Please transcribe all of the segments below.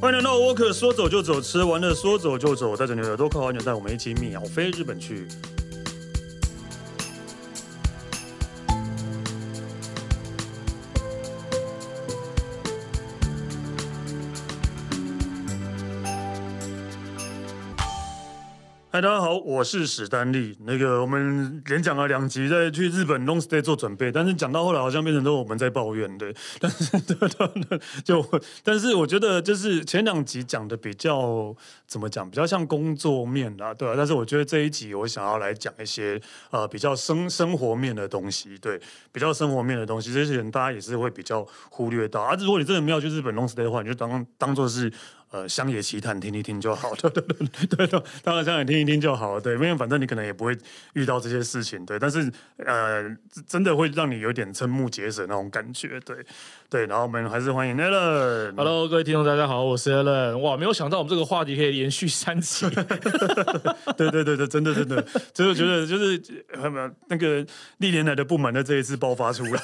欢迎来到 Walker，说走就走，吃完了说走就走，带着你的多扣好纽带，我们一起秒飞日本去。嗨，大家好，我是史丹利。那个，我们连讲了两集，在去日本 long stay 做准备，但是讲到后来好像变成都我们在抱怨，对。但是， 对对对，就，但是我觉得就是前两集讲的比较怎么讲，比较像工作面啦，对啊。但是我觉得这一集我想要来讲一些呃比较生生活面的东西，对，比较生活面的东西，这些人大家也是会比较忽略到啊。如果你真的没有去日本 long stay 的话，你就当当做是。呃，乡野奇谈听一听就好，对对对对对，当然乡野听一听就好，对，因为反正你可能也不会遇到这些事情，对，但是呃，真的会让你有点瞠目结舌那种感觉，对对，然后我们还是欢迎 Allen， Hello，各位听众，大家好，我是 Alan。哇，没有想到我们这个话题可以连续 三集，对对对对，真的真的，所以我觉得就是呃那个历年来的不满在这一次爆发出来，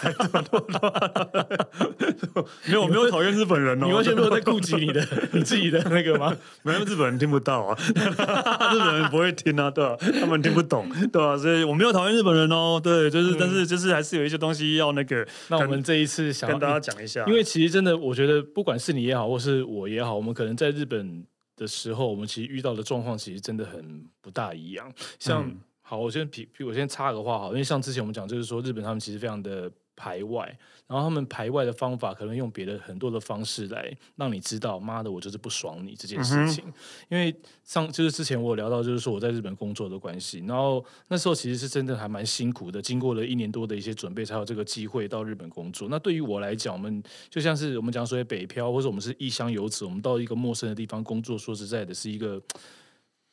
没有我没有讨厌日本人哦，你完全没有在顾及你 的你自己的那个吗？没有日本人听不到啊， 日本人不会听啊，对吧、他们听不懂，对吧、所以我没有讨厌日本人哦，对，就是、但是就是还是有一些东西要那个那我们跟这一次嗯想要跟大家讲一下，因为其实真的，我觉得不管是你也好，或是我也好，我们可能在日本的时候，我们其实遇到的状况其实真的很不大一样。像、嗯好，我先比，比我先插个话好，因为像之前我们讲，就是说日本他们其实非常的排外，然后他们排外的方法可能用别的很多的方式来让你知道，妈的，我就是不爽你这件嗯事情。因为上就是之前我有聊到，就是说我在日本工作的关系，然后那时候其实是真的还蛮辛苦的，经过了一年多的一些准备，才有这个机会到日本工作。那对于我来讲，我们就像是我们讲所谓北漂，或者我们是异乡游子，我们到一个陌生的地方工作，说实在的，是一个。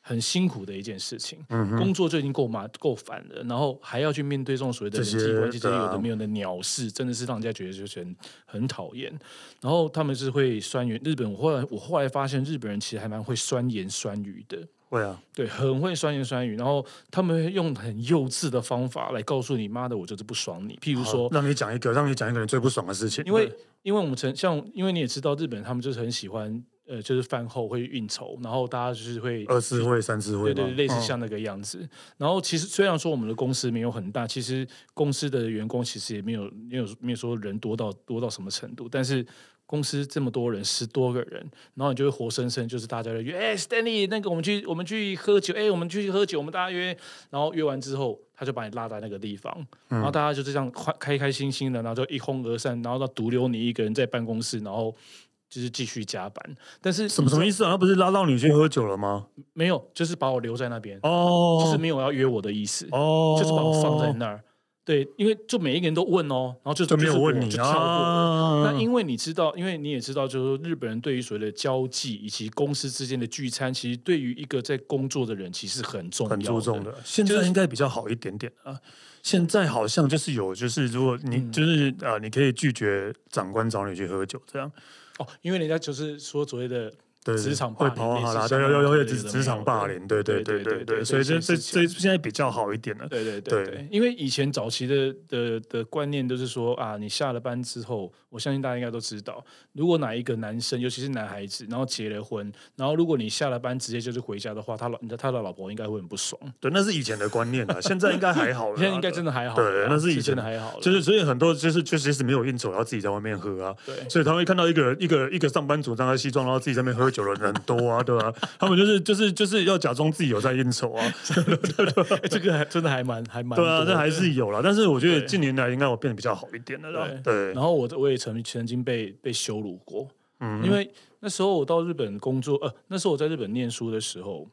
很辛苦的一件事情，嗯工作就已经够麻够烦了，然后还要去面对这种所谓的人这些际关系，这些对啊有的没有的鸟事，真的是让人家觉得就是很很讨厌。然后他们是会酸言，日本我后来我后来发现日本人其实还蛮会酸言酸语的，会啊，对，很会酸言酸语，然后他们会用很幼稚的方法来告诉你，妈的，我就是不爽你。譬如说，让你讲一个，让你讲一个你最不爽的事情，因为因为我们曾像，因为你也知道，日本人他们就是很喜欢，呃，就是饭后会运筹，然后大家就是会对二次会、三次会对嘛，对，对类似嗯像那个样子。然后其实虽然说我们的公司没有很大，其实公司的员工其实也没有没有没有说人多到多到什么程度，但是。公司这么多人，十多个人，然后你就会活生生就是大家就约，哎、s t a n l e y 那个我们去我们去喝酒，哎、我们去喝酒，我们大家约，然后约完之后，他就把你拉在那个地方，嗯然后大家就是这样快开开心心的，然后就一哄而散，然后到独留你一个人在办公室，然后就是继续加班，但是什么什么意思啊？他不是拉到你去喝酒了吗？没有，就是把我留在那边，哦，就是没有要约我的意思，哦，就是把我放在那儿。对，因为就每一个人都问哦，然后就就没有是我问你就跳过了。啊，那因为你知道，因为你也知道，就是说日本人对于所谓的交际以及公司之间的聚餐，其实对于一个在工作的人，其实很重要很注重的。的。现在应该比较好一点点啊。现在好像就是有，就是如果你、嗯就是呃，你可以拒绝长官找你去喝酒，这样哦，因为人家就是说所谓的对职场霸会凌跑好啦，类似对，像有有那有种职之类的职场霸凌，对对对对对对对，对所以这这这些事这情现在比较好一点了。对对对对对，因为以前早期的的的观念都是说啊，你下了班之后，我相信大家应该都知道，如果哪一个男生，尤其是男孩子，然后结了婚，然后如果你下了班直接就是回家的话，他老你的他的老婆应该会很不爽。对，那是以前的观念啊 了，现在应该还好了啦。现在应该真的还好啦，啊对那是以前真的还好啊啦，就是，所以很多就是确实是没有应酬，然后自己在外面喝啊。对所以他会看到一个人，一个一个上班族穿着西装，然后自己在那边喝酒的人很多啊，对吧、他们就是就是就是要假装自己有在应酬啊，哎 这个还真的还蛮还蛮对啊多，的这还是有啦。但是我觉得对近年来应该我变得比较好一点了啦。对，然后我我也曾曾经被被羞辱过，因为那时候我到日本工作，呃，那时候我在日本念书的时候，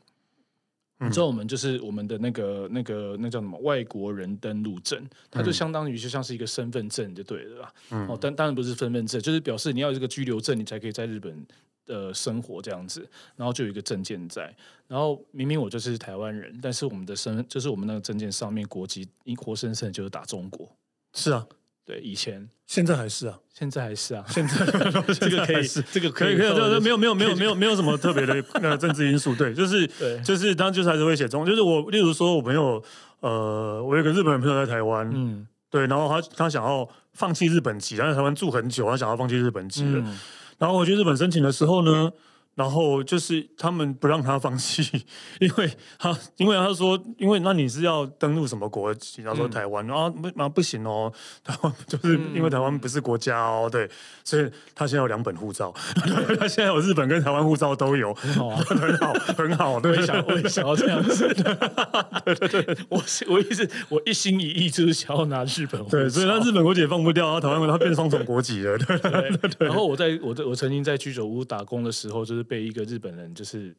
你知道我们就是我们的那个那个那叫什么外国人登录证，它就相当于就像是一个身份证就对了啦。哦，但当然不是身份证，就是表示你要有这个居留证，你才可以在日本。呃，生活这样子，然后就有一个证件在，然后明明我就是台湾人，但是我们的身就是我们那个证件上面国籍，一活生生地就是打中国。是啊，对，以前现在还是啊，现在还是啊，现 在这个可以，是。这个可以可以，放就是在没有没有没有没有没有什么特别 的呃政治因素，对，就是对就是当就是还是会写中，就是我例如说我朋友呃，我有一个日本人朋友在台湾，嗯对，然后他他想要放嗯弃日本籍，他在台湾住很久，他想要放弃日本籍了。然后我去日本申请的时候呢，然后就是他们不让他放弃，因为他因为他说，因为那你是要登录什么国籍？他说嗯台湾、啊，不啊不行哦，台湾就是因为台湾不是国家哦，对，所以他现在有两本护照， 对他现在有日本跟台湾护照都有，。好啊很好，很好，我对也，嗯想，我也想要这样 子。我是我一直我一心一意就是想要拿日本护对，所以他照日本国籍也放不掉，他台湾他变双重国籍了，对，对，然后我在我在我曾经在居酒屋打工的时候，就是被一个日本人就是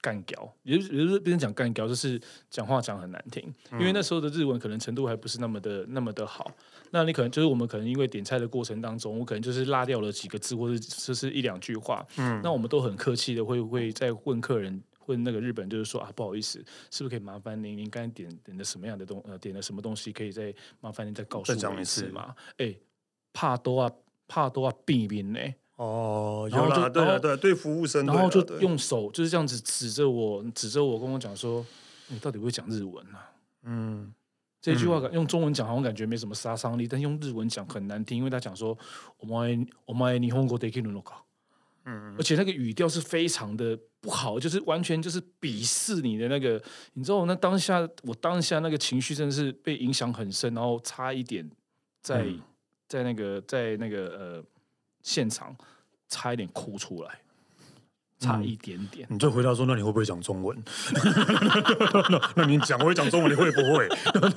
干掉，也就是也就是别人讲干掉，就是讲话讲很难听，因为那嗯时候的日文可能程度还不是那么的那么的好。那你可能就是我们可能因为点菜的过程当中，我可能就是落掉了几个字，或者就是一两句话，嗯那我们都很客气的会会在问客人。问那个日本就是说啊，不好意思，是不是可以麻烦您？您刚才点点的什么样的东呃，点了什么东西？可以再麻烦您再告诉再讲我一一次次嘛？哎，怕多啊，怕多啊，避免呢。哦，然有后啦，就对然了，后对，对服务生，然后对就啦对用手就是这样子指着我，指着我跟我讲说：“你到底会不会讲日文啊嗯，？”这句话感用中文讲好像感觉没什么杀伤力，但用日文讲很难听，因为他讲说“我们我们霓虹国得 n o 嗯而且那个语调是非常的不好，就是完全就是鄙视你的那个，你知道，那当下我当下那个情绪真的是被影响很深，然后差一点在、嗯在那个在那个呃现场差一点哭出来，差嗯一点点。你就回答说，那你会不会讲中文？ 那你讲我会讲中文，你会不会？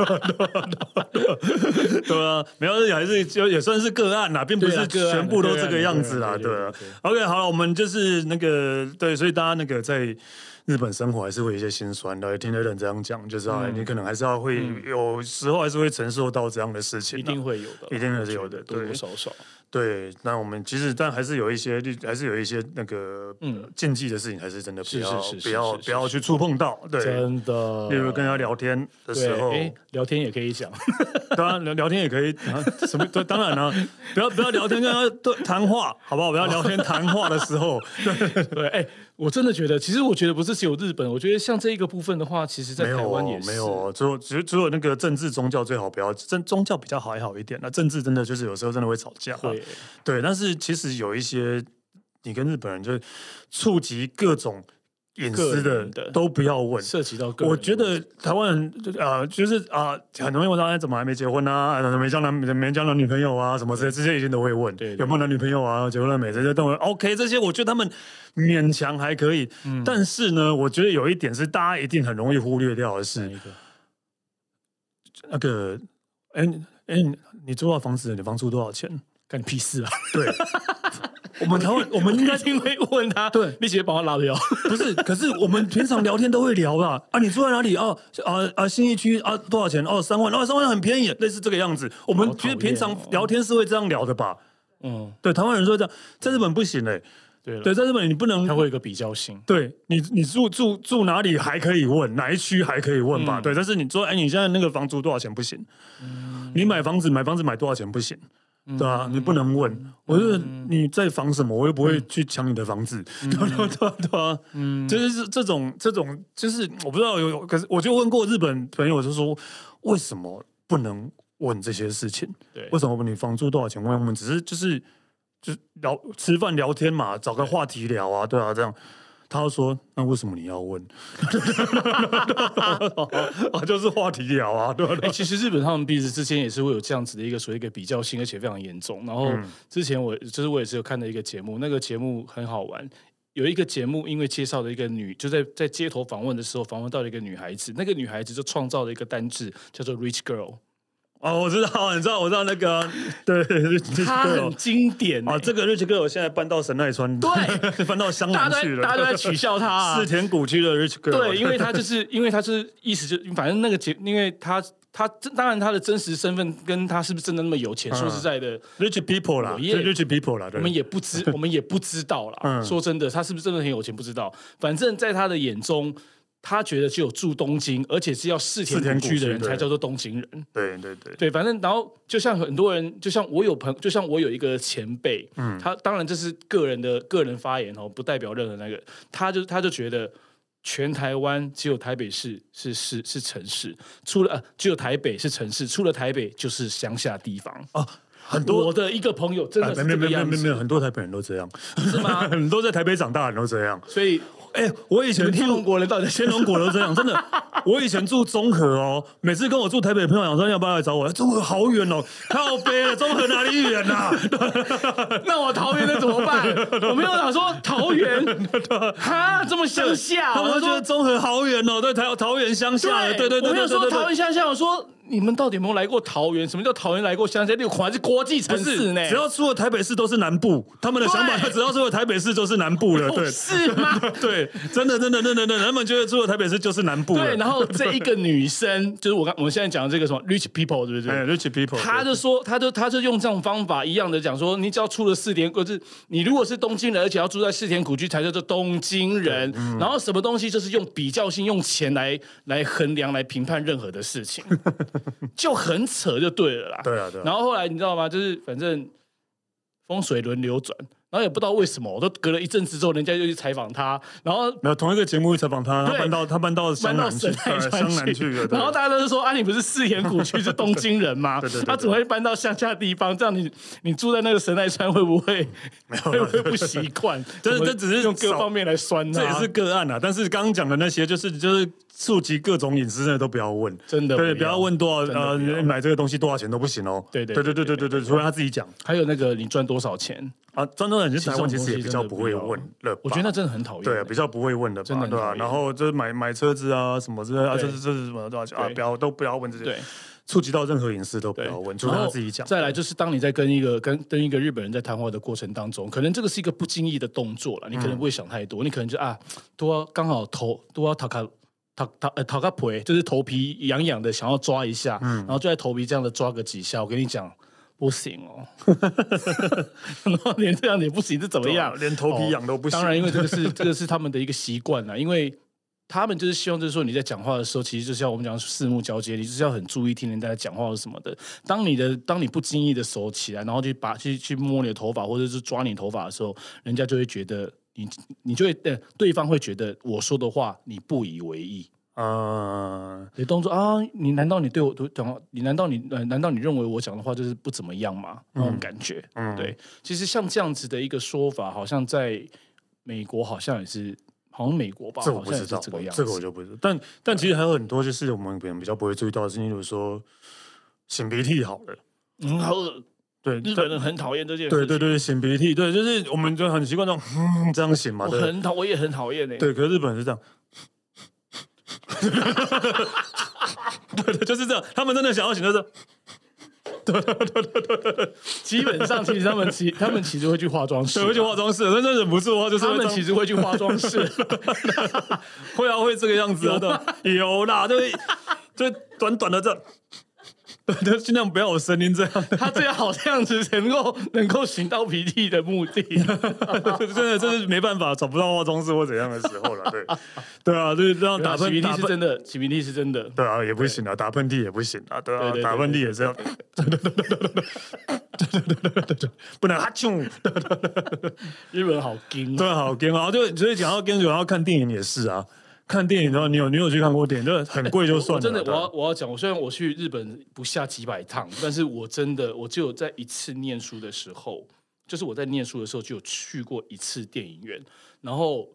对啊，没有，还是就也算是个案啦，并不对是啊个案全部都对啊这个样子啦，对啊对啊对啊对啊。 OK，好了，我们就是那个对，所以大家那个在日本生活还是会有一些心酸的，听得人这样讲，就是嗯啊，你可能还是要会有时候还是会承受到这样的事情啊，一定会有的啦，一定我还是觉有得的多对多少少。对，那我们其实但还是有一些律，还是有一些那个嗯禁忌的事情，还是真的不是要是是不是要是不要是去触碰到。对，真的，例如跟他聊天的时候对，，哎，聊天也可以讲， 当然聊聊天也可以，啊什么？对，当然了，不要不要聊天，跟他对谈话，好不好？不要聊天谈话的时候，对，哎，我真的觉得，其实我觉得不是只有日本，我觉得像这一个部分的话，其实 在没有台湾也哦是，没有哦，只有只有只有那个政治宗教最好不要，政宗教比较还好一点。那政治真的就是有时候真的会吵架啊，会对，但是其实有一些你跟日本人就是触及各种隐私个的人的都不要问。涉及到个人的问题。我觉得台湾人就啊，就是啊，很容易问到哎，怎么还没结婚啊？啊怎么没交男没交男女朋友啊？什么之类，这些一定都会问，对对有没有男女朋友啊？结婚了没？这些都会 OK，这些我觉得他们勉强还可以。嗯但是呢，我觉得有一点是大家一定很容易忽略掉的哪是，一个那个哎哎，你你租到房子，你房租多少 钱？干你屁事啊！对，我们台湾，我们应该一定会问他，对，你直接把我拉掉。不是，可是我们平常聊天都会聊啦。啊，你住在哪里？哦，啊啊，新义区啊，多少钱？哦，三万，哦，三万很便宜，类似这个样子。我好们讨觉得厌平常哦聊天是会这样聊的吧？嗯，对，台湾人说这样，在日本不行嘞、欸对了，对，在日本你不能他会有一个比较性。对你，你住住住哪里还可以问，哪一区还可以问吧？嗯对，但是你说，哎，你现在那个房租多少钱不行？你买房子买房子买多少钱不行？对啊，你不能问。我就是你在防什么，我又不会去抢你的房子， 对啊对啊对啊，嗯， 就是这种这种，就是我不知道有有，可是我就问过日本朋友，就说为什么不能问这些事情？对为，什么你房租多少钱？我们只是就是就是聊吃饭聊天嘛，找个话题聊啊，对啊，这样。他就说：“那为什么你要问？ 啊，就是话题聊啊，对吧、哎、其实日本他们彼此之间也是会有这样子的一个所谓一个比较性，而且非常严重。然后嗯之前我就是我也是有看的一个节目，那个节目很好玩。有一个节目，因为介绍了一个女，就在在街头访问的时候，访问到了一个女孩子，那个女孩子就创造了一个单字，叫做 “rich girl”，哎哦，我知道，你知道，我知道那个 啊，对，她很 Girl 经典、欸、啊，这个 Rich Girl 现在搬到神奈川，对，搬到湘大南家去都在了，大家都在取笑她、啊， 四田谷区的 Rich Girl，啊对，因为他就是因为他是意思就反正那个节，因为他他当然他的真实身份跟他是不是真的那么有钱，嗯说实在的， Rich People 啦，我就也 Rich People 啦，我对们，也不知我们也不知道啦。嗯说真的，他是不是真的很有钱不知道，反正在他的眼中。他觉得只有住东京，而且是要世世田田谷谷区的区人对才叫做东京人。对对对，对，反正然后就像很多人，就像我有朋就像我有一个前辈，嗯，他当然这是个人的个人发言哦，不代表任何那个，他就他就觉得全台湾只有台北市是是是城市，除了、呃、只有台北是城市，除了台北就是乡下地方。哦，很多我的一个朋友真哎的是没这有没有个没有样没有没有，子，很多台北人都这样，是吗？ 很多在台北长大的人都这样。所以 哎、我以你前们天住龙国人到底在天龙果都这样，真的。我以前住中和哦，每次跟我住台北的朋友讲说要不要来找我，中和好远哦，靠北了，中和哪里远啊 呐、 那我桃园的怎么 办？我没有想说桃园，哈，这么乡下，他们我都觉得说中和好远哦，对，桃桃园乡下，对对对我没对有对说桃对。园乡下，我说你们到底有没有来过桃园？什么叫桃园来过乡下？六款是国际城不市是呢，？只要出了台北市都是南部，他们的想法，对只要出了台北市就是南部 了，不对哦是吗？对，真的真的真的真的，他们觉得出了台北市就是南部了。对，然后这一个女生，就是我刚我们现在讲的这个什么 rich people，对不哎对？ ，rich people，她就说，她就她就用这种方法一样的讲说，你只要出了四田，就是你如果是东京人，而且要住在四田古居，才叫做东京人。嗯然后什么东西就是用比较性、用钱来来衡量、来评判任何的 事情，就很扯就对了啦。对啊对啊然后后来你知道吗？就是反正风水轮流转，然后也不知道为什么，我都隔了一阵子之后，人家就去采访他，然后没有同一个节目去采访他，他对搬到他搬到搬湘到南去，神奈对川湘南去了。对然后大家都是说啊，你不是四眼古区是东京人 吗？对对对对他怎么会搬到乡下地方？这样你你住在那个神奈川会不会 会不会不习惯？ 这怎么这只是用各少方面来酸他，这也是个案啊，但是刚刚讲的那些，就是就是触及各种隐私的都不要问，真的对，不不要要问多少真的呃不要买这个东西多少钱都不行哦。对对对对对对对对，除非他自己讲还有那个你赚多少钱？啊，张东其实其实台这种湾其实也东西比真较的不不会要问了吧，我觉得那真的很讨厌。对比较不会问的真吧的，很对吧、讨厌然后就是买买车子啊什么之类啊，这对这这是什么多少钱啊？对不要都不要问这些对，触及到任何隐私都不对要问，除然非他后自己讲。再来就是，当你在跟一个跟跟一个日本人在谈话的过程当中，可能这个是一个不经意的动作了，你可能嗯不会想太多，你可能就啊，多要刚好头多要塔卡。塔塔呃塔卡普诶，就是头皮痒痒的，想要抓一下，嗯然后就在头皮这样的抓个几下。我跟你讲，不行哦， 然后连这样也不行，是怎么样？连头皮痒都不行。当然，因为这个是 这个是他们的一个习惯啊啦，因为他们就是希望，就是说你在讲话的时候，其实就像我们讲四目交接，你就是要很注意听人家在讲话或什么的。当你的当你不经意的手起来，然后去把去去摸你的头发，或者是抓你头发的时候，人家就会觉得你你就会呃对方会觉得我说的话你不以为意。呃，你的动作啊，你难道你对我都讲话？你难道你呃难道你认为我讲的话就是不怎么样吗？那种感觉，嗯对。其实像这样子的一个说法，好像在美国好像也是，好像美国吧，这我好不像也知是道，这个样子。这个我就不知道。但但其实还有很多就是我们可能比较不会注意到的事情，比如说擤鼻涕好了，嗯，好恶对，日本人很讨厌这件事对情，对对，擤鼻涕，对，就是我们就很习惯这种、嗯、这样擤嘛，我对很讨，我也很讨厌欸诶。对，可是日本人是这样。 对对，就是这样。他们真的想要擤，就是基本上其实他 们其他们其实会去化妆室，对，会去化妆室，但是忍不住的话，就是啊他会这们样其实会去化妆室，会啊，会这个样子啊，对， 有啦，就是就短短的这样， 对，就尽量不要有声音这样。他最好这样子能够能够寻到鼻涕的目的。 真的，真是没办法，找不到化妆师或怎样的时候了。 对，对啊，就是这样打起喷鼻涕打是喷，真的，起鼻涕是真的。对啊，也不行啊，打喷嚏也不行啊，对啊对对，对打喷嚏也是要，对对对对对对对，不能哈啾，日本好哦 精，对，好跟啊，就所以讲到跟主，然后看电影也是啊，看电影的话，你有你有去看过电影，就是很贵就算我了，真哎的，对我啊要我要讲，我虽然我去日本不下几百 趟，但是我真的，我只有在一次念书的时候，就是我在念书的时候就有去过一次电影院，然后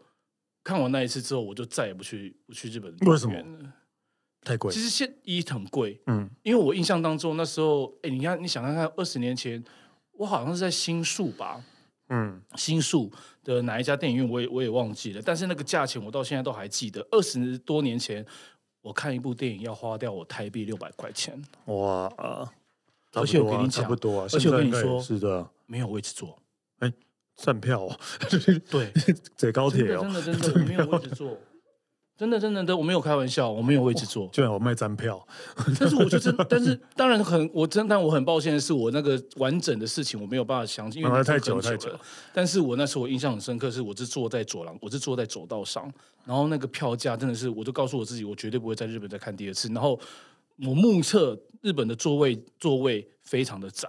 看完那一次之后，我就再也不去不去日本的电为什影么院了。太贵其，实现一很贵，嗯，因为我印象当中那时候，哎，你看，你想看看二十年前，我好像是在新宿吧，嗯，新宿的哪一家电影院，我也我也忘记了，但是那个价钱我到现在都还记得。二十多年前，我看一部电影要花掉我台币六百块钱，哇，啊而且我跟你差讲不多啊，而且我跟你现在应该也说是的啊，没有位置坐。站票 哦，对，坐高真铁的哦真，的真的我没有位置坐，真的真的真的我没有开玩笑，我没有位置坐。居然有卖站票，但是我就真，但是当然很，我真，但我很抱歉的是，我那个完整的事情我没有办法详细，因为啊那时候太久很太久久了。但是我那时候我印象很深刻，是我是坐在走廊，我是坐在走道上，然后那个票价真的是，我就告诉我自己，我绝对不会在日本再看第二次。然后我目测日本的座位座位非常的窄。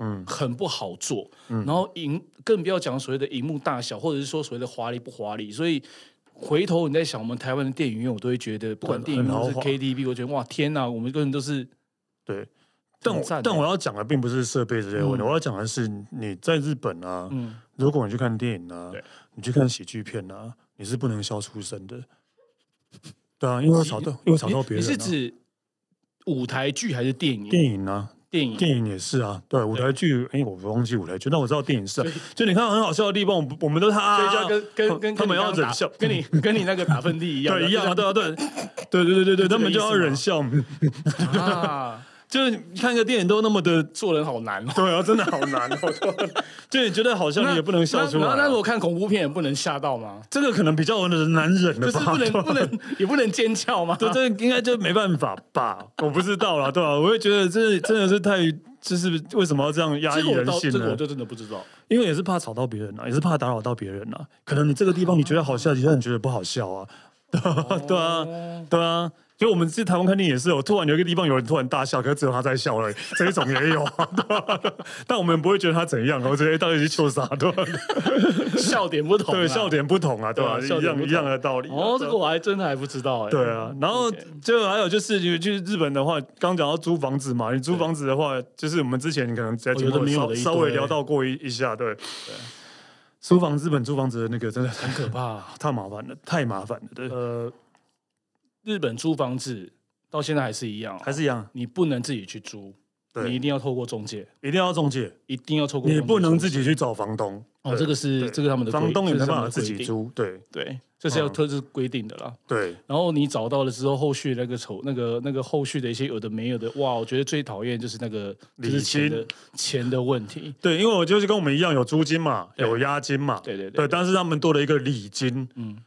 嗯很不好做，然后荧更不要讲所谓的荧幕大小，或者是说所谓的华丽不华丽，所以。回头你在想我们台湾的电影院，我都会觉得，不管啊很电影院很或豪是华 KTV，我觉得哇天哪，我们个人都是对。但很我赞但欸我要讲的并不是设备这些问题，嗯我要讲的是你在日本啊，嗯，如果你去看电影啊对，你去看喜剧片啊，你是不能笑出声的。对啊，因为会吵到，因为会吵到别人、你啊。是指舞台剧还是电影？电影啊，电影电影也是啊，对，舞台剧，哎、我忘记舞台剧，但我知道电影是、啊所以，就你看很好笑的地方，我们我们都他、所以啊就要跟跟跟他们要忍笑，跟你刚刚打跟你跟你那个打喷嚏一样， 对，一样啊，对啊， 对，对对对对对，他们就要忍笑， 啊，就是你看个电影都那么的，做人好 难哦。对啊，真的好难哦， 就你觉得好笑，那你也不能笑出来、那那那啊如，果看恐怖片也不能吓 到吗？这个可能比较难忍就的是吧，不能 对啊不能也不能尖叫吗？对，这应该就没办法吧？ 我不知道啦，对吧、我也觉得这真的是太，就是为什么要这样压这个抑我人倒性啊这个呢我？就真的不知道。因为也是怕吵到别人啊，也是怕打扰到别人啊。可能你这个地方你觉得好哦笑，其他人觉得不好笑啊。 对啊，对啊。就我们去台湾看电影也是有，突然有一个地方有人突然大笑，可是只有他在笑而已，这一种也有、啊， 对吧但我们不会觉得他怎样，我觉得到底是秀啥，对啊吧？笑点不同啊，对，笑点不同啊，对吧、对啊笑一点不样同一样的道理啊、哦，这对啊个我还真的还不知道哎。对啊，然后 OK 就还有就是，你去日本的话，刚讲到租房子嘛，你租房子的话，就是我们之前可能在哦节有的目没有稍的一稍微堆聊到过一一下，对。租房日本租房子的那个真的很可怕。太麻烦了，太麻烦了，对，呃，日本租房子到现在还是一样哦，还是一样，你不能自己去租，对你一定要透过中介，一定要中介，一定要透过中你介不能租自己去找房东，哦，这个是对这个他们的规房东也这没是他办们法的自规己定，租，对对，这是要嗯特制规定的啦。对，然后你找到了之后，后续那个丑那个那个后续的一些有的没有的，哇，我觉得最讨厌就是那个就是礼钱金的钱的问题，对，因为我就是跟我们一样有租金嘛，对有押金嘛，对对对，，但是他们多了一个礼金，嗯，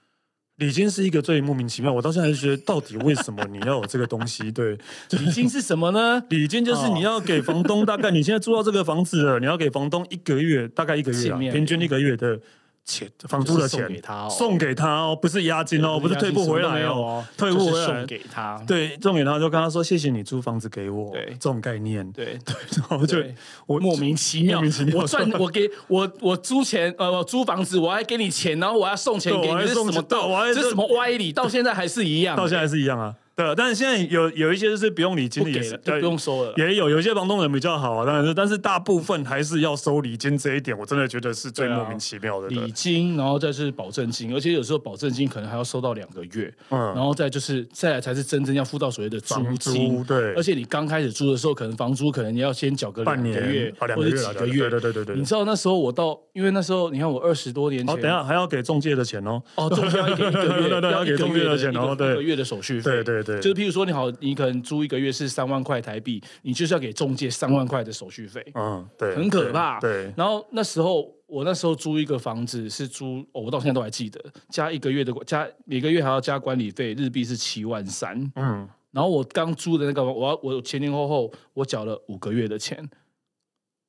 礼金是一个最莫名其妙，我到现在还觉得到底为什么你要有这个东西， 对。？礼金是什么呢哦礼金就是你要给房东，大概你现在住到这个房子了，你要给房东一个月，大概一个月见啊，面平均一个月的钱，房租的就是钱送给他哦送给他哦，不是押金哦，不是退不回来哦，哦，退不就是回来送给他，对，送给他就跟他说谢谢你租房子给我，对这种概念，对 对，然后就对我莫名其妙，莫名其妙我赚我给我我租钱呃我租房子，我还给你钱，然后我要送钱对给我还你，这是送什么钱对我道？还这是送什么歪理？到现在还是一样，到现在还是一样啊，对啊，但是现在有有一些是不用礼金不的，给也了是就不用收了。呃也有有一些房东人比较好啊，当然是，但是大部分还是要收礼金这一点，我真的觉得是最对啊莫名其妙的。对礼金，然后再是保证金，而且有时候保证金可能还要收到两个月，嗯然后再就是再来才是真正要付到所谓的租房租金，对而且你刚开始租的时候，可能房租可能你要先缴个半两个月年啊，两或个者月啊几个对月，对对对对你对。知道那时候我到，因为那时候你看我二十多年前，哦，等一下还要给中介的钱哦。哦，中间要一个 一个对对月，对要要一给个中月介的的钱一个然后一对个月的手续费，对对对就是譬如说你好，你可能租一个月是三万块台币，你就是要给中介三万块的手续费，嗯，对，很可怕。对，然后那时候我那时候租一个房子是租，哦我到现在都还记得，加一个月的加每个月还要加管理费，日币是七万三。嗯，然后我刚租的那个，我要我前前后后我缴了五个月的钱，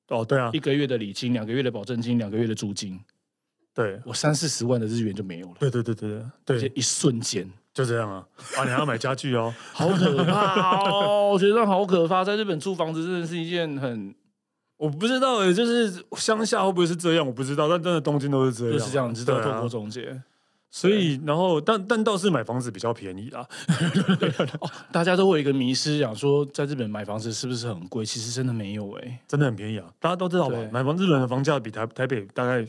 哦，对啊一，个月的礼金，两个月的保证金，两个月的租金，对，我三四十万的日元就没有了，对对对对而对且对，一瞬间。就这样啊。啊，你还要买家具哦， 好可怕哦！我觉得好可怕，在日本租房子真的是一件很我不知道诶，就是乡下会不会是这样，我不知道，但真的东京都是这样就啊，是这样，你知道对啊透过中介，所以，然后，但但倒是买房子比较便宜啊啦。大家都会有一个迷失，讲说在日本买房子是不是很贵？其实真的没有哎、真的很便宜啊，大家都知道吧对？买房日本的房价比台台北大概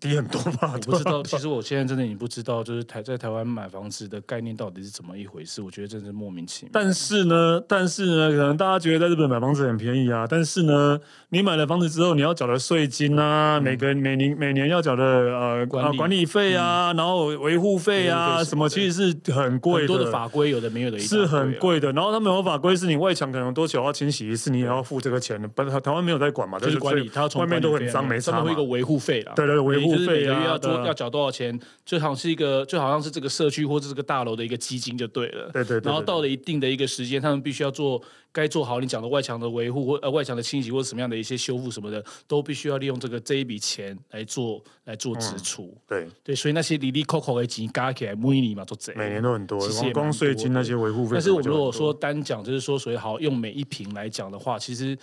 低很多吧？ 我不知道。其实我现在真的也不知道，就是台在台湾买房子的概念到底是怎么一回事，我觉得真是莫名其妙。但是呢，但是呢，可能大家觉得在日本买房子很便宜啊，但是呢，你买了房子之后，你要缴的税金啊，每个每年每年要缴的呃嗯管理嗯啊管理费啊，然后维护费维护啊费什么，什么其实是很贵很多的。法规有的没有的一大堆是啊，很贵的，然后他们有法规是你外墙可能多久要清洗一次，你也要付这个钱的。不，台湾没有在管嘛，就是啊管所理，以它要从外面管理都费很啊脏，没上差面嘛会有一。个维护费啦。对对对维护就是每费个啊月要多对啊要缴多少钱，就好像是一个就好像是这个社区或者这个大楼的一个基金就对了。对对对对然后到了一定的一个时间，他们必须要做该做好你讲的外墙的维护或呃外墙的清洗或者什么样的一些修复什么的，都必须要利用这个这一笔钱来做来做支嗯出。对，对，所以那些里里扣扣的钱加起来每年嘛做贼。每年都很多其实也，蛮光税金多的那些维护费但是什我么就很多。们如果说单讲，就是说，所以好用每一瓶来讲的话，其实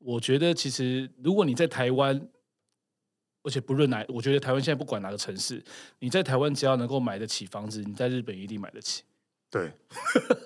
我觉得，其实如果你在台湾，而且不论哪，我觉得台湾现在不管哪个城市，你在台湾只要能够买得起房子，你在日本一定买得起。对，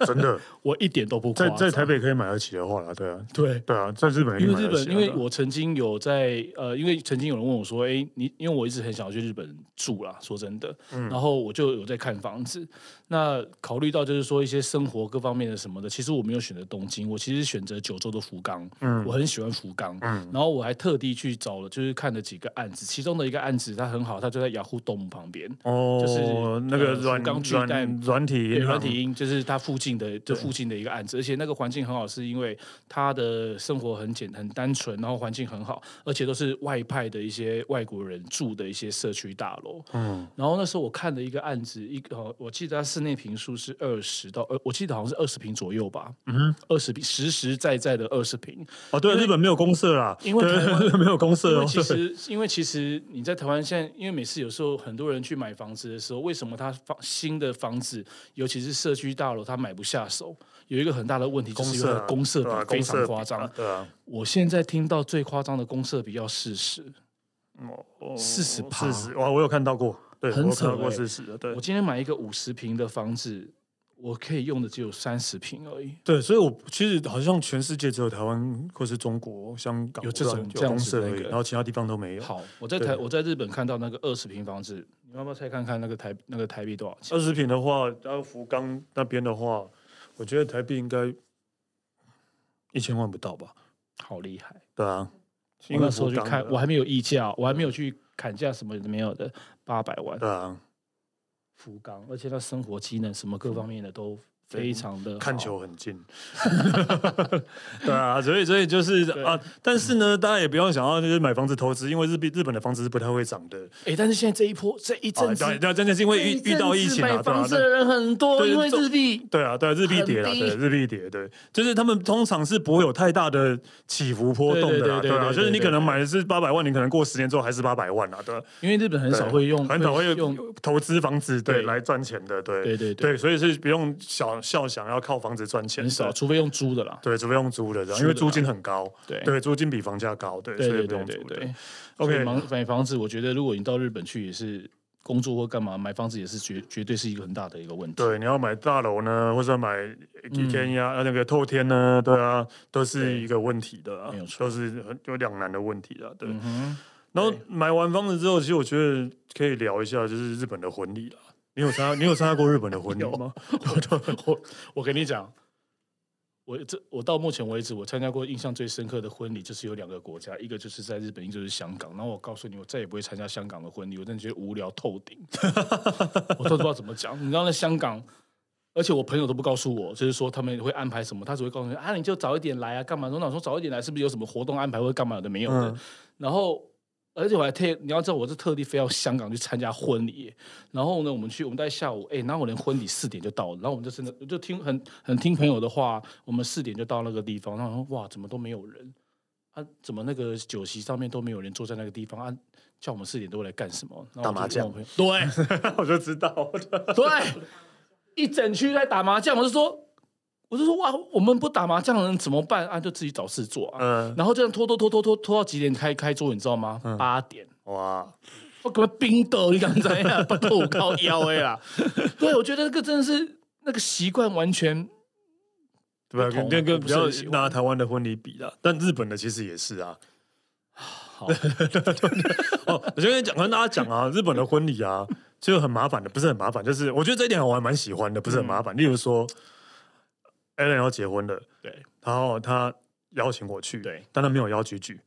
真 的，我一点都不夸在张在台北可以买得起的话啦，对啊，对。对啊，在日本也因可为以买日得起本，啊。因为对啊我曾经有在呃，因为曾经有人问我说，哎，你因为我一直很想要去日本住啦，说真的，然后我就有在看房子。那考虑到就是说一些生活各方面的什么的，其实我没有选择东京，我其实选择九州的福冈，我很喜欢福冈，然后我还特地去找了，就是看了几个案子，其中的一个案子它很好，它就在雅虎动物旁边，哦，就是那个呃软福冈巨蛋软软体银对，啊行软体音就是它附近的这附近的一个案子，而且那个环境很好，是因为他的生活很简很单纯，然后环境很好，而且都是外派的一些外国人住的一些社区大楼。嗯，然后那时候我看的一个案子，一个哦我记得它室内平数是二十到呃，我记得好像是二十平左右吧，嗯，二十平实实在在的二十平，哦，对，日本没有公社啦，因为对 台湾日本没有公因社哦，为其对实，因为其实你在台湾现在，因为每次有时候很多人去买房子的时候，为什么他房新的房子，尤其是社区大楼，他买不下手？有一个很大的问题就是因为它的公社对啊比非常公社夸张啊。对啊，我现在听到最夸张的公社比要四十，哦四40趴四十，哇，我有看到过，对，很我有看扯到过欸四十的，对我。今天买一个五十平的房子，我可以用的只有三十平而已。对，所以我其实好像全世界只有台湾或是中国、香港有这不知道种有这样公子社的那而已，个然后其他地方都没有。好，我在台我在日本看到那个二十平房子，你要不要猜看看那个台那个台币多少钱？二十平的话，然后福冈那边的话，我觉得台币应该一千万不到吧？好厉害！对啊，我因为那时候去福冈看，的嗯我还没有议价，我还没有去砍价什么也没有的，八百万对啊，福冈，而且他生活机能什么各方面的都非常的看球很 近，对啊，所以所以就是对啊，但是呢，大家也不要想要就是买房子投资，因为日币日本的房子是不太会涨的。哎、诶但是现在这一波这一啊，阵子，对，那真的是因为遇遇到疫情啊，这一阵子买对啊房，子那的人很多，对因为这日币。对啊，对啊，日币跌了，很低对，日币跌，对，就是他们通常是不会有太大的起伏波动的啦，对对对对对啊，对就是你对可能对买的是八百万，你可能过十年之后还是八百万啊，对啊，因为日本很少会用，很少会用，投资房子对对来赚钱的，对对对对对，所以是不用小笑想要靠房子赚钱，很少，除非用租的啦。对，除非用租的这样，租的因为租金很高，对对，租金比房价高，对，对所以对不对用对租的对。所以 OK，房买房子，我觉得如果你到日本去也是工作或干嘛，买房子也是绝绝对是一个很大的一个问题。对，你要买大楼呢，或者买几嗯天呀，呃那个透天呢，对啊，都是一个问题的、啊没有，错都是很有两难的问题啊，对。嗯哼，然后对买完房子之后，其实我觉得可以聊一下，就是日本的婚礼啦。你有参加，你有参加过日本的婚礼 吗？我我跟你讲，我这我到目前为止，我参加过印象最深刻的婚礼就是有两个国家，一个就是在日本，一个就是香港。然后我告诉你，我再也不会参加香港的婚礼，我真的觉得无聊透 顶，我都不知道怎么讲。你知道那香港。而且我朋友都不告诉我，就是说他们会安排什么，他只会告诉你啊，你就早一点来啊，干嘛？我想说早一点来是不是有什么活动安排或干嘛的没有的？嗯然后，而且我还特你要知道，我是特地飞到香港去参加婚礼耶，然后呢，我们去，我们在下午，哎、然后我连婚礼四点就到了，然后我们就真的就听很很听朋友的话，我们四点就到那个地方，然后我说哇，怎么都没有人啊？怎么那个酒席上面都没有人坐在那个地方啊？叫我们四点多来干什么？然后打我就麻将问我朋友，对 我就知道，对，一整区在打麻将，我就说，我就说哇，我们不打麻将的人怎么办啊？就自己找事做啊， 嗯，然后这样拖拖拖拖拖拖到几点开开桌，你知道吗？八点。哇，我给他冰斗，你敢怎样？把头靠腰哎 啦！对，我觉得那个真的是那个习惯完全对吧？不同跟啊跟我跟不比是较很喜欢拿台湾的婚礼比啦，但日本的其实也是啊。好，哦， 我先跟你讲，跟大家讲啊， 日本的婚礼啊，就很麻烦的，不是很麻烦，就是我觉得这一点我还蛮喜欢的，不是很嗯麻烦。例如说，Allen 要结婚了，对然后他邀请我去，对，但他没有邀菊菊，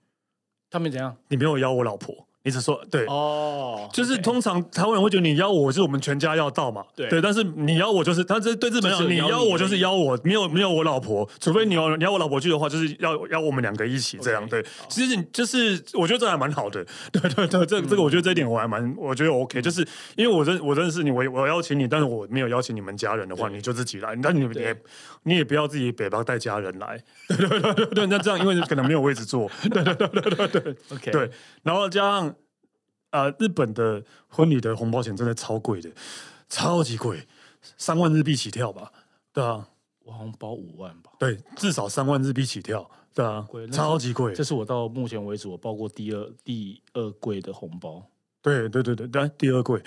他们怎样？你没有邀我老婆，你只说对。哦，就是通通常台湾人会觉得你邀我是我们全家要到嘛，对但是你邀我就是，他这对日本人就讲，是你有邀邀你我而就是已邀我，没有没有我老婆，除非你要你要我老婆去的话，就是要邀我们两个一起这样。嗯 OK，对，其实你就是我觉得这还蛮好的， 对对对，嗯这这个我觉得这一点我还蛮我觉得 OK，就是因为我认我认识你，我我邀请你，但是我没有邀请你们家人的话，对你就自己来，那你你也对你也不要自己北方带家人来， 对对对对，那这样因为可能没有位置坐， OK，对，然后加上呃，日本的婚礼的红包钱真的超贵的，超级贵，三万日币起跳吧？对啊，我好像包五万吧，对，至少三万日币起跳，对啊贵那，是超级贵这。是我到目前为止我包过第二第二贵的红包，对对对对，但第二贵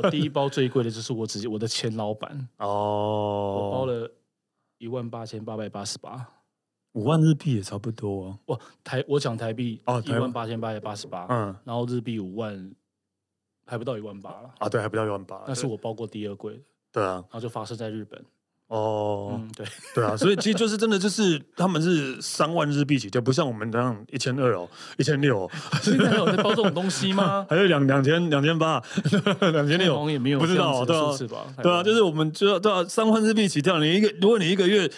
我第一包最贵的就是我直接我的前老板，我包哦，了一万八千八百八十八，五万日币也差不多啊。哇，台我讲台币哦一台湾万八千八百八十八，嗯然后日币五万，还不到一万八了。啊，对，还不到一万八。那是我包过第二贵的，对啊，然后就发生在日本。哦，嗯，对， 对啊，所以其实就是真的就是他们是三万日币起跳，不像我们那样一千二哦，一千六哦，？现在还有在包这种东西吗 还有两两千两千八，两千好六像。也没有不知这样道子对的啊数字吧？对啊，就是是我们知道，对啊，三万日币起跳，你一个，如果你一个月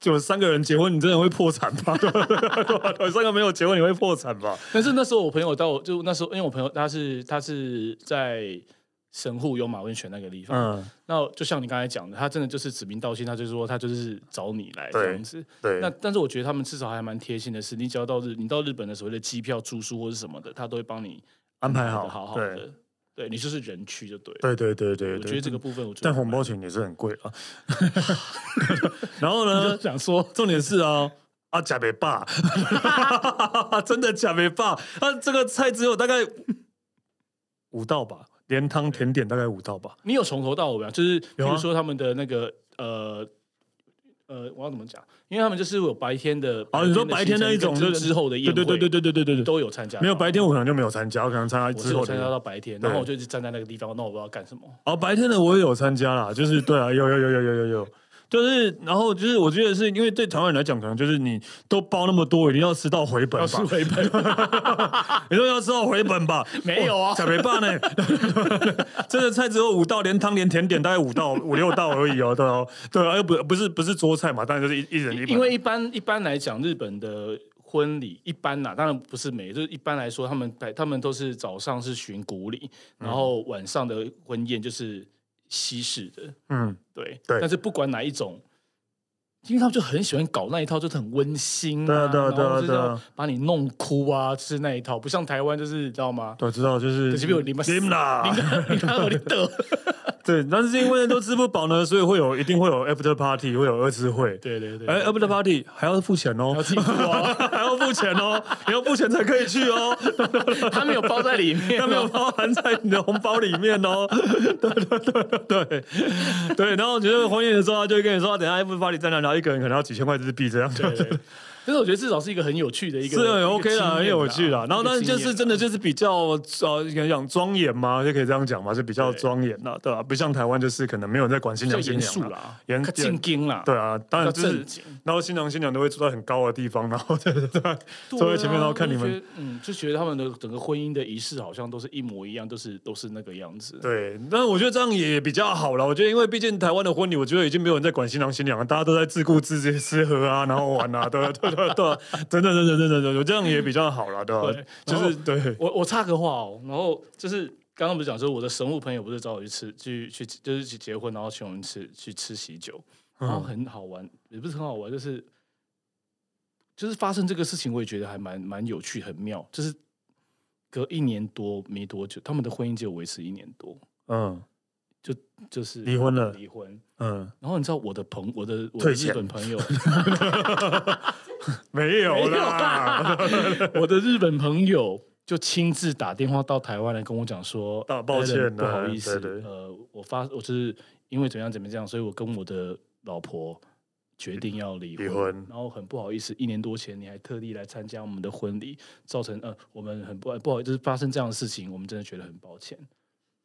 就有三个人结婚，你真的会破产吧？ 对吧？对吧对啊三个没有结婚，你会破产吧？但是那时候我朋友到我，就那时候因为我朋友他是他是在神户有马文泉那个地方，嗯，那就像你刚才讲的，他真的就是指名道姓，他就说他就是找你来对这样子。对，那但是我觉得他们至少还蛮贴心的是，你只要到日你到日本的所谓的机票、住宿或是什么的，他都会帮你安排好好，好好对的。对你就是人去就对了。对对对对对，我觉得这个部分我觉得但红蛮包钱也是很 贵啊。 然后你呢就，想说重点是啊。啊，假没爸， 真的假没爸。啊，这个菜只有大概五道吧，连汤甜点大概五道吧。你有从头到尾啊，就是比有啊如说他们的那个呃呃，我要怎么讲？因为他们就是有白天的，哦你说白天的那一行程种跟就是之后的宴对会，对对对对对对，对对对，都有参加到。没有白天我可能就没有参加，我可能参加我之是后有的参加。到白天，对然后我就一直站在那个地方，那我不知道干什么。哦，白天的我也有参加啦，就是对啊，有有有有有有有，就是然后就是我觉得是因为对台湾人来讲，可能就是你都包那么多，一定要吃到回本要 吧，是回本， 你说要吃到回本吧？ 没有啊才没办呢。 这个菜只有五道，连汤连甜点大概五道五六道而已哦，对哦，对啊，又不不是不是桌菜嘛，当然就是一一人一本。因为一般一般来讲，日本的婚礼一般呐、当然不是每，就是一般来说，他们白他们都是早上是巡古礼，然后晚上的婚宴就是西式的。嗯，对，对但是不管哪一种，因为他们就很喜欢搞那一套，就是很温馨、对啊啊，对啊对啊然后就是对啊要把你弄哭啊，吃那一套，不像台湾就是知道吗？我知道就是可是被我淋巴死淋啦， 你看我的 德，对，但是因为都吃不饱呢，所以会有一定会有 after party，会有二次会。对对对，哎哎， ，after party 还要付钱哦要，庆祝啊， 还要付钱哦，你要付钱才可以去哦，他没有包在里面 它哦，没有包含在你的红包里面哦。 对对对对对，然后觉得婚宴的时候，他就会跟你说，啊等一下 F party 在那，然后一个人可能要几千块日币这样。对对。对但是我觉得至少是一个很有趣的一个， 是一很个 OK 啦，经很验有趣啦。然后，但是就是真的，就是比较呃，讲讲庄严嘛，就可以这样讲嘛，就比较对庄严啦，对吧、啊不像台湾就是可能没有人在管新比较娘新严肃娘啦，啦，严较正经啦，对啊，当比较然就是正，经。啊然后新娘新娘都会坐在很高的地方，然后对对对，坐在前面然后看你们对啊，我就觉得嗯，就觉得他们的整个婚姻的仪式好像都是一模一样，都是都是那个样子。对，但我觉得这样也比较好了。我觉得，因为毕竟台湾的婚礼，我觉得已经没有人在管新郎新娘了，大家都在自顾自己吃喝啊，然后玩啊，对啊对啊对啊对啊，等等等等等等等，这样也比较好了，对吧、对就是对，我我插个话哦，然后就是刚刚不是讲说我的神户朋友不是找我去吃去去就是去结婚，然后请我们吃去吃喜酒，然嗯后很好玩，也不是很好玩，就是就是发生这个事情，我也觉得还蛮蛮有趣，很妙，就是。隔一年多没多久，他们的婚姻就维持一年多，嗯就是离婚了离婚。嗯，然后你知道我的朋我的我的退日钱本朋友，没有啊没有啊啦， 我的日本朋友就亲自打电话到台湾来跟我讲说道：“抱歉 Alan，不啊好意思，对对呃，我发我就是因为怎么样怎么样，所以我跟我的老婆决定要离婚，离婚然后很不好意思，一年多前你还特地来参加我们的婚礼，造成呃我们很不不好意思，就是发生这样的事情，我们真的觉得很抱 歉。”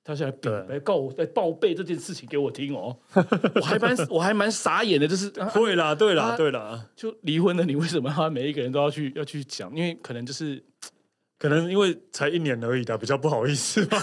他现在比对来告我来报备这件事情给我听哦，我还蛮我还蛮傻眼的，就是、啊、会啦，对啦，啊对啦，就离婚了，你为什么要每一个人都要去要去讲？因为可能 就是可能因为才一年而已的，比较不好意思吧，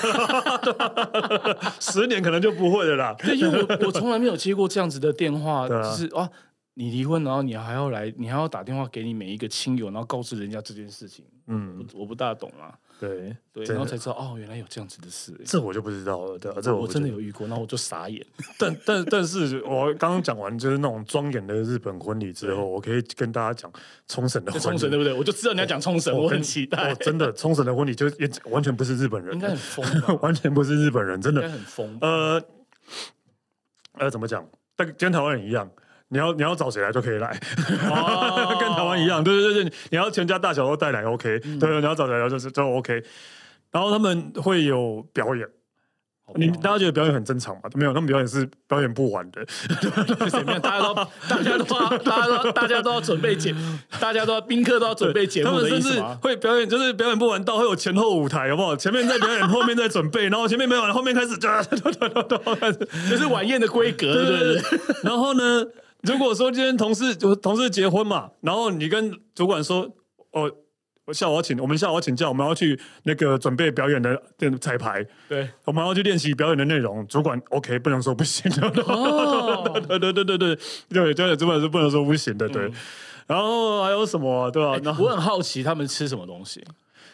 十年可能就不会了啦。对，因为我我从来没有接过这样 子的电话，对啊就是啊，你离婚，然后你还要来，你还要打电话给你每一个亲友，然后告知人家这件事情，嗯，我我不大懂啦，对，对，真然的后才知道哦，原来有这样子的事、欸这我就不知道了，对啊，这我不真的知道有遇过，然后我就傻眼。但但但是我刚刚讲完就是那种庄严的日本婚礼之后，我可以跟大家讲冲绳的在婚礼。冲绳对不对？我就知道你要讲冲绳，我跟很期哦待，真的冲绳的婚礼就也完全不是日本应该人，很疯 吧， 完全不是日本人，真应的该。很疯吧。呃呃，怎么讲？但跟台湾人一样，你要你要找谁来都可以来， 哦嗯跟台湾一，样，对对对，你要全家大小都带来 OK，对对，你要找谁来就是就 OK。然后他们会有表演。好吧你大家觉得表演很正常吗？没有，他们表演是表演不完的。是怎么样？大家都大家都要大家都大家都要准备节，大家都要宾客都要准备节他目们的甚意思至吗？会表演，就是表演不完到会有前后舞台，好不好？前面在表演，后面在准备，然后前面没有，后面开始，开始这是晚宴的规格，对不对？然后呢，如果说今天同事同事结婚嘛，然后你跟主管说，哦，我下午要请，我们下午要请假，我们要去那个准备表演的彩排，对，我们要去练习表演的内容。主管 OK，不能说不行的。哦，对对对对对对，对，主管是不能说不行的，对。然后还有什么、对吧、哎然后我很好奇他们吃什么东西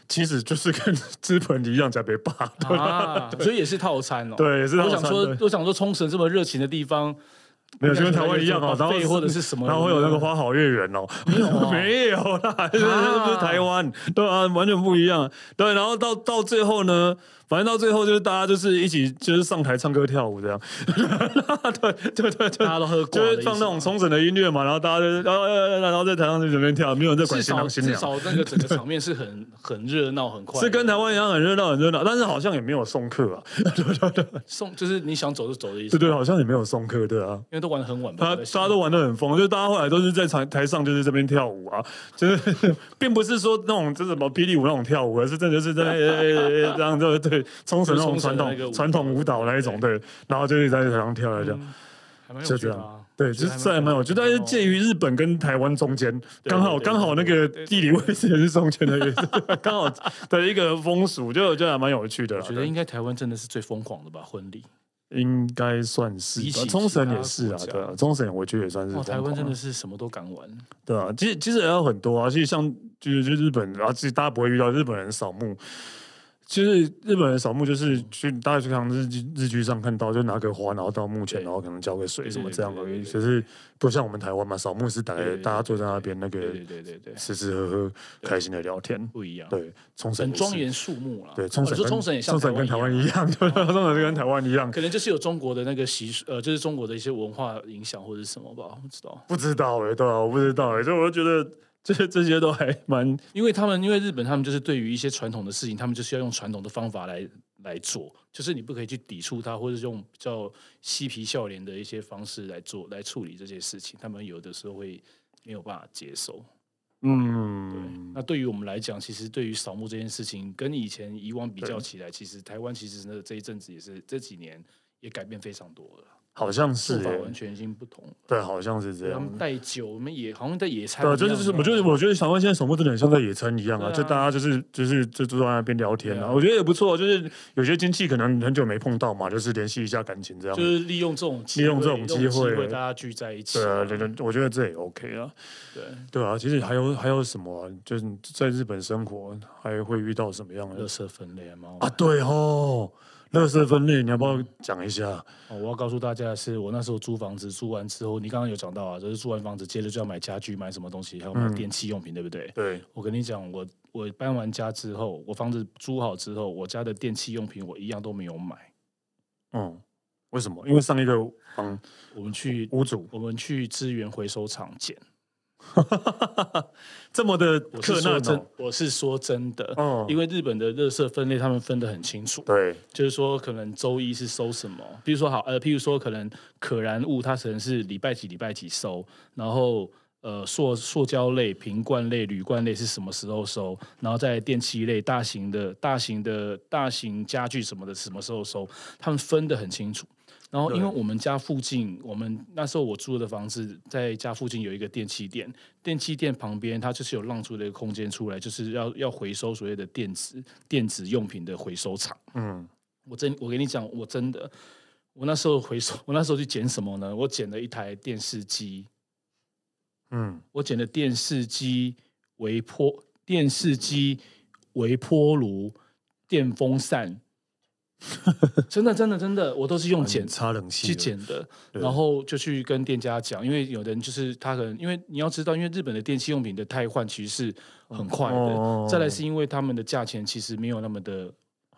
其实就是跟 资本一样，加倍霸， 对啊？所以也是套餐哦。对也是套我餐想说对，我想说，冲绳这么热情的地方，没有就跟台湾一样哦，然后费或者是什么啊然后会有那个花好月圆 哦，没有 没有啦，这这不是台湾，对啊，完全不一样。对，然后到到最后呢，反正到最后就是大家就是一起就是上台唱歌跳舞这样， 对对对大对。家都喝挂就的是意思吗，啊放那种冲绳的音乐嘛，然后大家就，然后然后在台上就随便跳，没有人在管至新少郎新至娘。少那个 整个场面是很很热闹、很快乐，是跟台湾一样很热闹很热闹，但是好像也没有送客啊， 送，就是你想走就走的意思对，对，好像也没有送客的啊。因为都玩的很晚吧。他大对不对家都玩的很疯，就大家后来都是在台台上就是这边跳舞啊，就是 并不是说那种就是什么霹雳舞那种跳舞，而是真的就是在这样就对冲绳那种传就是冲绳的那个统舞蹈传统舞蹈那一种对，然后就是在台上跳来跳，嗯还蛮有就趣这的啊样。对，就是这样蛮有趣，但是介于日本跟台湾中间，对刚好对对刚好那个地理位置也是中间的位置，刚好的一个风俗，就我觉得还蛮有趣的我啦。觉得应该台湾真的是最疯狂的吧，婚礼应该算是比吧起，冲绳也其是他啊国，家对啊，冲绳我觉得也算是哦，疯台湾狂真啊的是什么都敢玩，对嗯啊，其实其实也有很多啊，其实像就是就日本，然后其实大家不会遇到日本人扫墓。其实日本人扫墓就是嗯去大家去看日剧日剧上看到，就拿个花，然后到墓前，对然后可能浇个水对对什么对这样对而对已。对就是不像我们台湾嘛，扫墓是大家对对对大家坐在那边那对个对对对对，吃吃喝喝，开心的聊天。不一样，，对，冲绳很也庄是，严肃穆啦。对，冲哦绳你说跟冲绳也像冲绳跟台湾一一样，啊样，对，冲绳就跟台湾一样。可能就是有中国的那个习俗，呃，就是中国的一些文化影响或者是什么吧，我不知道。不知道哎、对啊，我不知道哎、所以我就觉得这这些都还蛮因为他们，因为日本，他们就是对于一些传统的事情，他们就是要用传统的方法来来做，就是你不可以去抵触它，或者用比较嬉皮笑脸的一些方式来做来处理这些事情，他们有的时候会没有办法接受。对，嗯，那对于我们来讲，其实对于扫墓这件事情，跟以前以往比较起来，其实台湾其实呢这一阵子也是这几年也改变非常多了，好像做是、法欸。完全已经不同了。对，好像是这他们样。带酒，我们也好像在野嗯餐一对，啊样，啊就是我觉得，你知道吗我觉得台湾现在守墓真的很像在野餐一样啊，对啊就大家就是就是就坐在那边聊天对啊，啊我觉得也不错。就是有些亲戚可能很久没碰到嘛，就是联系一下感情这样。就是利用这种机利用这会种利用机会大家聚在一起对啊，啊，对对，我觉得这也 OK 啊。对。对啊，其实还有还有什么、啊？就是在日本生活还会遇到什么样垃的圾分类吗？啊？对哦，垃圾分类，你要不要讲一下？哦，我要告诉大家的是，我那时候租房子，租完之后，你刚刚有讲到啊，就是租完房子，接着就要买家具，买什么东西，还有买嗯电器用品，对不对？对，我跟你讲，我我搬完家之后，我房子租好之后，我家的电器用品我一样都没有买。嗯，为什么？因为上一个房我们去屋 主我们去资源回收厂捡，这么的我是克说难真哦，，我是说真的。嗯，因为日本的垃圾分类，他们分得很清楚，对，就是说可能周一是收什么，比如说好，呃，譬如说可能可燃物它可能是礼拜几礼拜几收，然后呃塑塑胶类、瓶罐类、铝罐类是什么时候收，然后在电器类、大型的、大型的、大型家具什么的什么时候收，他们分得很清楚。然后，因为我们家附近，我们那时候我住的房子在家附近有一个电器店，电器店旁边它就是有让出的一个空间出来，就是要要回收所谓的电子电子用品的回收厂。嗯，我真我跟你讲，我真的，我那时候回收，我那时候去捡什么呢？我捡了一台电视机，嗯，我捡了电视机、微波电视机、微波炉、电风扇， 真的真的真的，我都是啊用捡插冷气去了，捡的，对然后就去跟店家讲，因为有的人就是他可能，因为你要知道，因为日本的电器用品的汰换其实是很快的，哦再来是因为他们的价钱其实没有那么的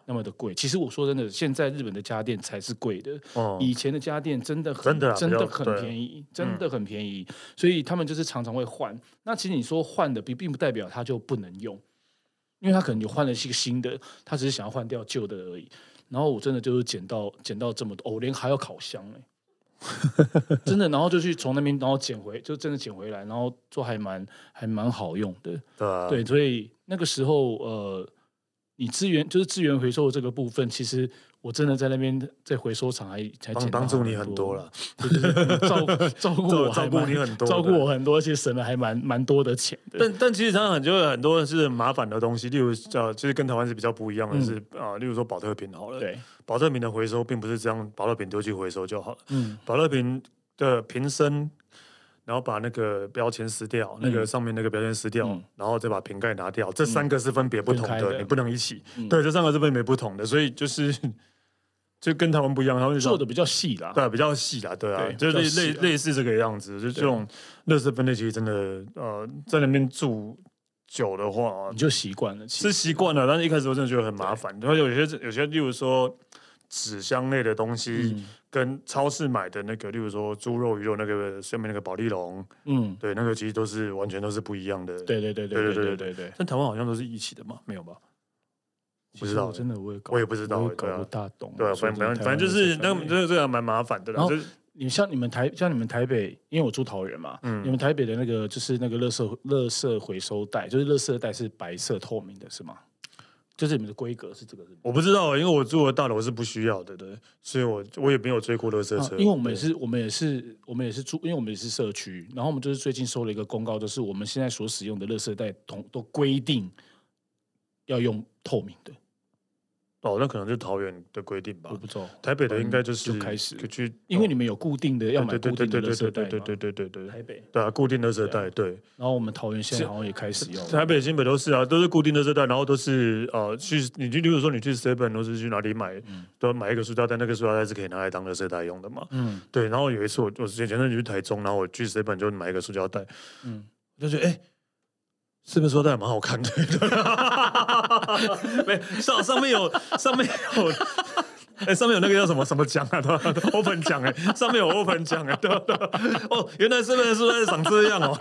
那么的贵。其实我说真的，现在日本的家电才是贵的，哦，以前的家电真的很真的啊真比的较很对便宜，真的很便宜，所以他们就是常常会换。那其实你说换的并并不代表它就不能用。因为他可能有换了一个新的，他只是想要换掉旧的而已。然后我真的就是捡到捡到这么多，哦我连还有烤箱 哎、真的，然后就去从那边然后捡回，就真的捡回来，然后做还蛮还蛮好用的。对啊，对，所以那个时候，呃，你资源就是资源回收的这个部分，其实我真的在那边在回收厂还才帮捡到帮助很你很多了，对就是 嗯照照顾我照还照顾蛮你很多，照顾对我很多，而且省了还蛮蛮多的钱的。但但其实它很就有很多是很麻烦的东西，例如呃，就是跟台湾是比较不一样的是啊、例如说保特瓶好了，，对，保特瓶的回收并不是这样，保特瓶丢去回收就好了，嗯，保乐瓶的瓶身，然后把那个标签撕掉，那个上面那个标签撕掉，嗯然后再把瓶盖拿掉，这三个是分别不同分的，开的你不能一起。嗯对，这三个是分别不同的，所以就是 就跟台湾不一样，他们做的的比较细啦。对比较细啦，对啊，啊对就比较类细类啊类似这个样子，就这种垃圾分类其实真的呃，在那边住久的话你就习惯了。其是实习惯了，但是一开始我真的觉得很麻烦，然后有些有些例如说纸箱类的东西。嗯跟超市买的那个，例如说猪肉、鱼肉那个上面那个保利龙，嗯，对，那个其实都是完全都是不一样的。，对对对对对对对对对对，但台湾好像都是一起的嘛，没有吧？不其知实道我真的我也搞我也不知道我欸对啊搞不大懂。对啊，说反正真反的正反正就台湾的是这那分类这个这个还蛮麻烦的啦然。后就是你像你们台像你们台北，因为我住桃园嘛，嗯你们台北的那个就是那个垃圾垃圾回收袋，就是垃圾袋是白色透明的，是吗？就是你们的规格是这个是吗？我不知道欸，因为我住的大楼是不需要的，对，所以我我也没有追过垃圾啊车，因为我们也对是，我们也是，我们也是住，因为我们也是社区，然后我们就是最近收了一个公告，就是我们现在所使用的垃圾袋同都规定要用透明的，哦，那可能就是桃园的规定吧我，不知道，台北的应该就是就开始可以去，哦因为你们有固定的要对买对固对对对定的垃对圾对袋对嘛对对对对对，台北，对啊，固定垃圾对啊袋，对。然后我们桃园现在是好像也开始要了台北、新北都是啊，都是固定的这袋，然后都是呃，去你就比如说你去 Seven 或是去哪里买，都要买一个塑料袋，那个塑料袋是可以拿来当垃圾袋用的嘛。嗯，对，然后有一次我我前前阵子去台中，然后我去 Seven 就买一个塑胶袋，嗯嗯，我就觉得哎。诶是不是塑料袋蛮好看的？ 没上上面有上面有， 哎、上面有那个叫什么什么奖啊？对吧？Open 奖哎、上面有 Open 奖哎、对吧？对吧哦，原来 Seven 的塑料袋长这样哦，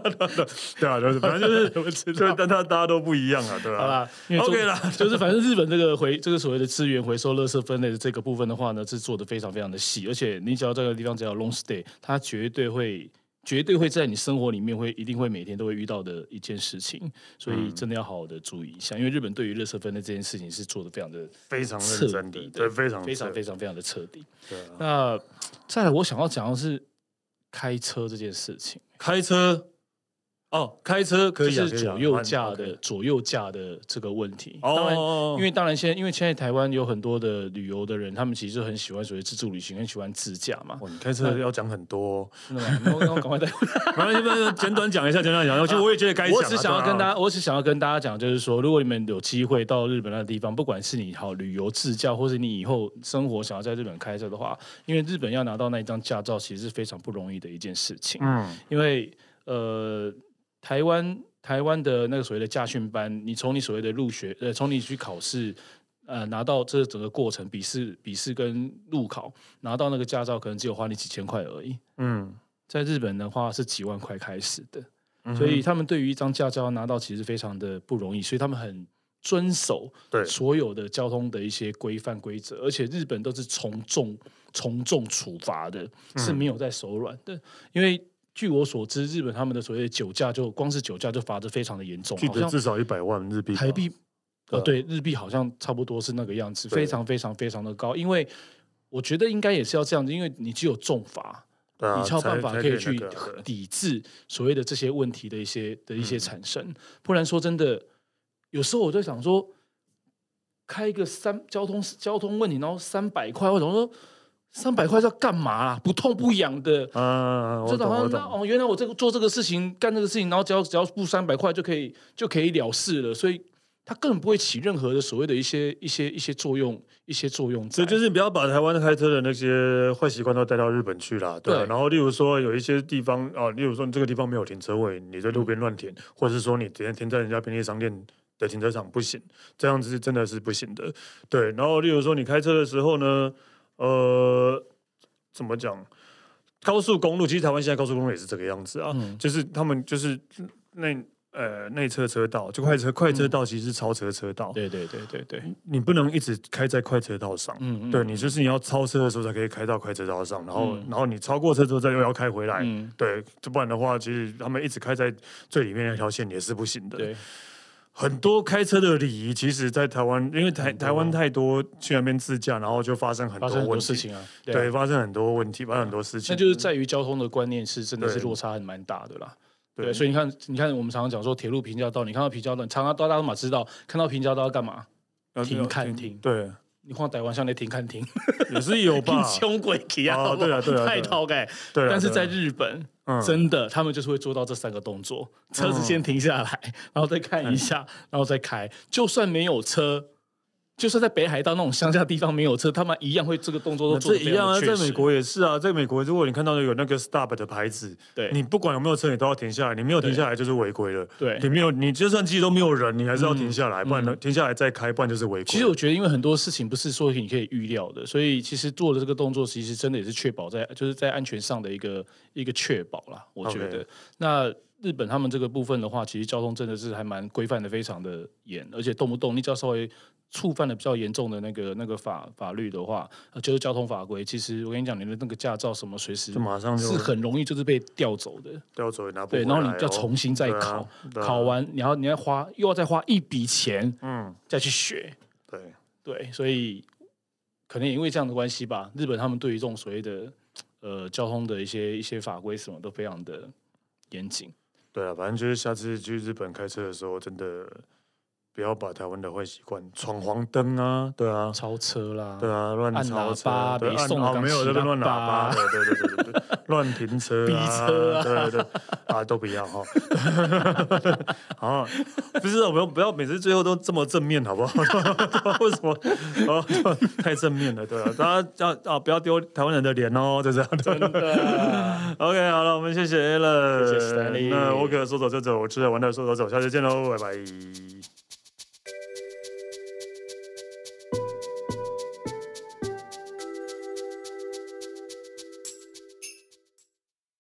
对啊，就是反正就是我知就但他大家都不一样啊，对吧、好啦因为 OK 啦， 就是反正日本这个回这个所谓的资源回收、垃圾分类的这个部分的话呢，是做的非常非常的细，而且你只要这个地方只要 long stay，它绝对会绝对会在你生活里面会一定会每天都会遇到的一件事情，所嗯以真的要好好的注意一下，因为日本对于垃圾分类这件事情是做的非常的非常彻认真底的，的，哦对，非常非常彻非常非常的彻底。对啊那再来，我想要讲的是开车这件事情。开车哦，开车可以啊，就可以是啊左右蛮驾 OK 的左右驾的这个问题。哦当然，哦哦因为当然现在因为现在台湾有很多的旅游的人，他们其实就很喜欢所谓自助旅行，很喜欢自驾嘛。哇，你开嗯车要讲很多、哦，真的吗？那我那我赶 快带。没关系，没关系简短讲一下，简短讲一下。其实我也觉得该讲啊、我只想要跟大家家，我只想要跟大家讲，就是说，如果你们有机会到日本那个地方，不管是你好旅游自驾，或是你以后生活想要在日本开车的话，因为日本要拿到那一张驾照，其实是非常不容易的一件事情。嗯，因为呃，台湾台湾的那个所谓的驾训班，你从你所谓的入学，呃，从你去考试，呃，拿到这整个过程，笔试、笔试跟路考，拿到那个驾照，可能只有花你几千块而已。嗯在日本的话是几万块开始的，嗯，所以他们对于一张驾照要拿到其实非常的不容易，所以他们很遵守对所有的交通的一些规范规则，而且日本都是从重从重处罚的，嗯是没有在手软的。因为据我所知，日本他们的所谓的酒驾，就光是酒驾就罚的非常的严重，记好得像至少一百万日币吧，台币哦，对对，日币好像差不多是那个样子，呃对非常非常非常的高。因为我觉得应该也是要这样子，因为你只有重罚，对啊，你才有办法可以才去那个啊对嗯抵制所谓的这些问题的一些的一些产生。不然说真的，有时候我就想说，开一个三交通交通问题，然后三百块，我想说三百块是要干嘛啊？不痛不痒的。啊，我这懂好我像那懂，哦，原来我这个做这个事情，干这个事情，然后只要只要付三百块就可以就可以了事了，所以它根本不会起任何的所谓的一些一些一些作用，一些作用在。所以就是不要把台湾开车的那些坏习惯都带到日本去啦，对啊。对然后例如说有一些地方啊，例如说你这个地方没有停车位，你在路边乱嗯停，或者是说你直接停在人家便利商店。的停车场不行，这样子是真的是不行的。对，然后例如说你开车的时候呢，呃，怎么讲？高速公路其实台湾现在高速公路也是这个样子啊，嗯就是他们就是那呃内侧车道，就快车快车嗯道其实是超车车道，对对对对对，你不能一直开在快车道上。嗯，嗯对你就是你要超车的时候才可以开到快车道上，然后、嗯然后你超过车之后再又要开回来，嗯，对，这不然的话，其实他们一直开在最里面那条线也是不行的。对，很多开车的礼仪，其实，在台湾，因为台台湾太多去那边自驾，然后就发生很多发生很问多题，事情啊，对啊，发生很多问题，发生很多事情，那就是在于交通的观念是真的是对落差很蛮大的啦。对对，所以你看，你看，我们常常讲说铁路平交道，你看到平交道，常常大家都嘛知道，看到平交道要干嘛？要停看停对，你晃台湾向内停看停，也是有 吧，穷鬼气啊！哦好不好对啊对啊对啊太讨改。对啊，但是对在啊日本，嗯真的，他们就是会做到这三个动作：车子先停下来，然后再看一下，嗯然后再开。就算没有车，就算在北海道那种乡下地方没有车，他们一样会这个动作都那做这得非一常样的啊，确实。在美国也是啊，在美国，如果你看到有那个 stop 的牌子，对你不管有没有车，你都要停下来，你没有停下来就是违规了。对嗯你没有，你就算其实都没有人，你还是要停下来，不然呢，停下来再开，不然就是违规。其实我觉得，因为很多事情不是说你可以预料的，所以其实做的这个动作，其实真的也是确保在就是在安全上的一个一个确保啦。我觉得 OK 那日本他们这个部分的话，其实交通真的是还蛮规范的，非常的严，而且动不动你只要稍微触犯了比较严重的那个那个法法律的话，呃就是交通法规，其实我跟你讲，你的那个驾照什么随时就马上就是很容易就是被调走的。掉走也拿不对，回然后来你要哦重新再对啊考，对啊考完，然后你要花又要再花一笔钱嗯，再去学。对，对，所以可能也因为这样的关系吧，日本他们对于这种所谓的呃交通的一些一些法规什么都非常的严谨。对啊，反正就是下次去日本开车的时候，真的不要把台湾的坏习惯，闯黄灯啊，对啊，超车啦，对啊，乱嗯按超喇车叭，对，比按送哦港没有骑在那边乱喇喇叭，叭对对对对对，乱停 车、啊，逼车啊对对啊，都不要哈。 好，不是啊，不要不要每次最后都这么正面，好不 好？为什么？哦， 太正面了，对啊，大家要啊，不要丢台湾人的脸哦，就这样。对真的， OK，好了，我们谢谢 a l 谢谢 Stanley 那我可说走就走，吃着玩的说走就走，下次见喽，拜拜。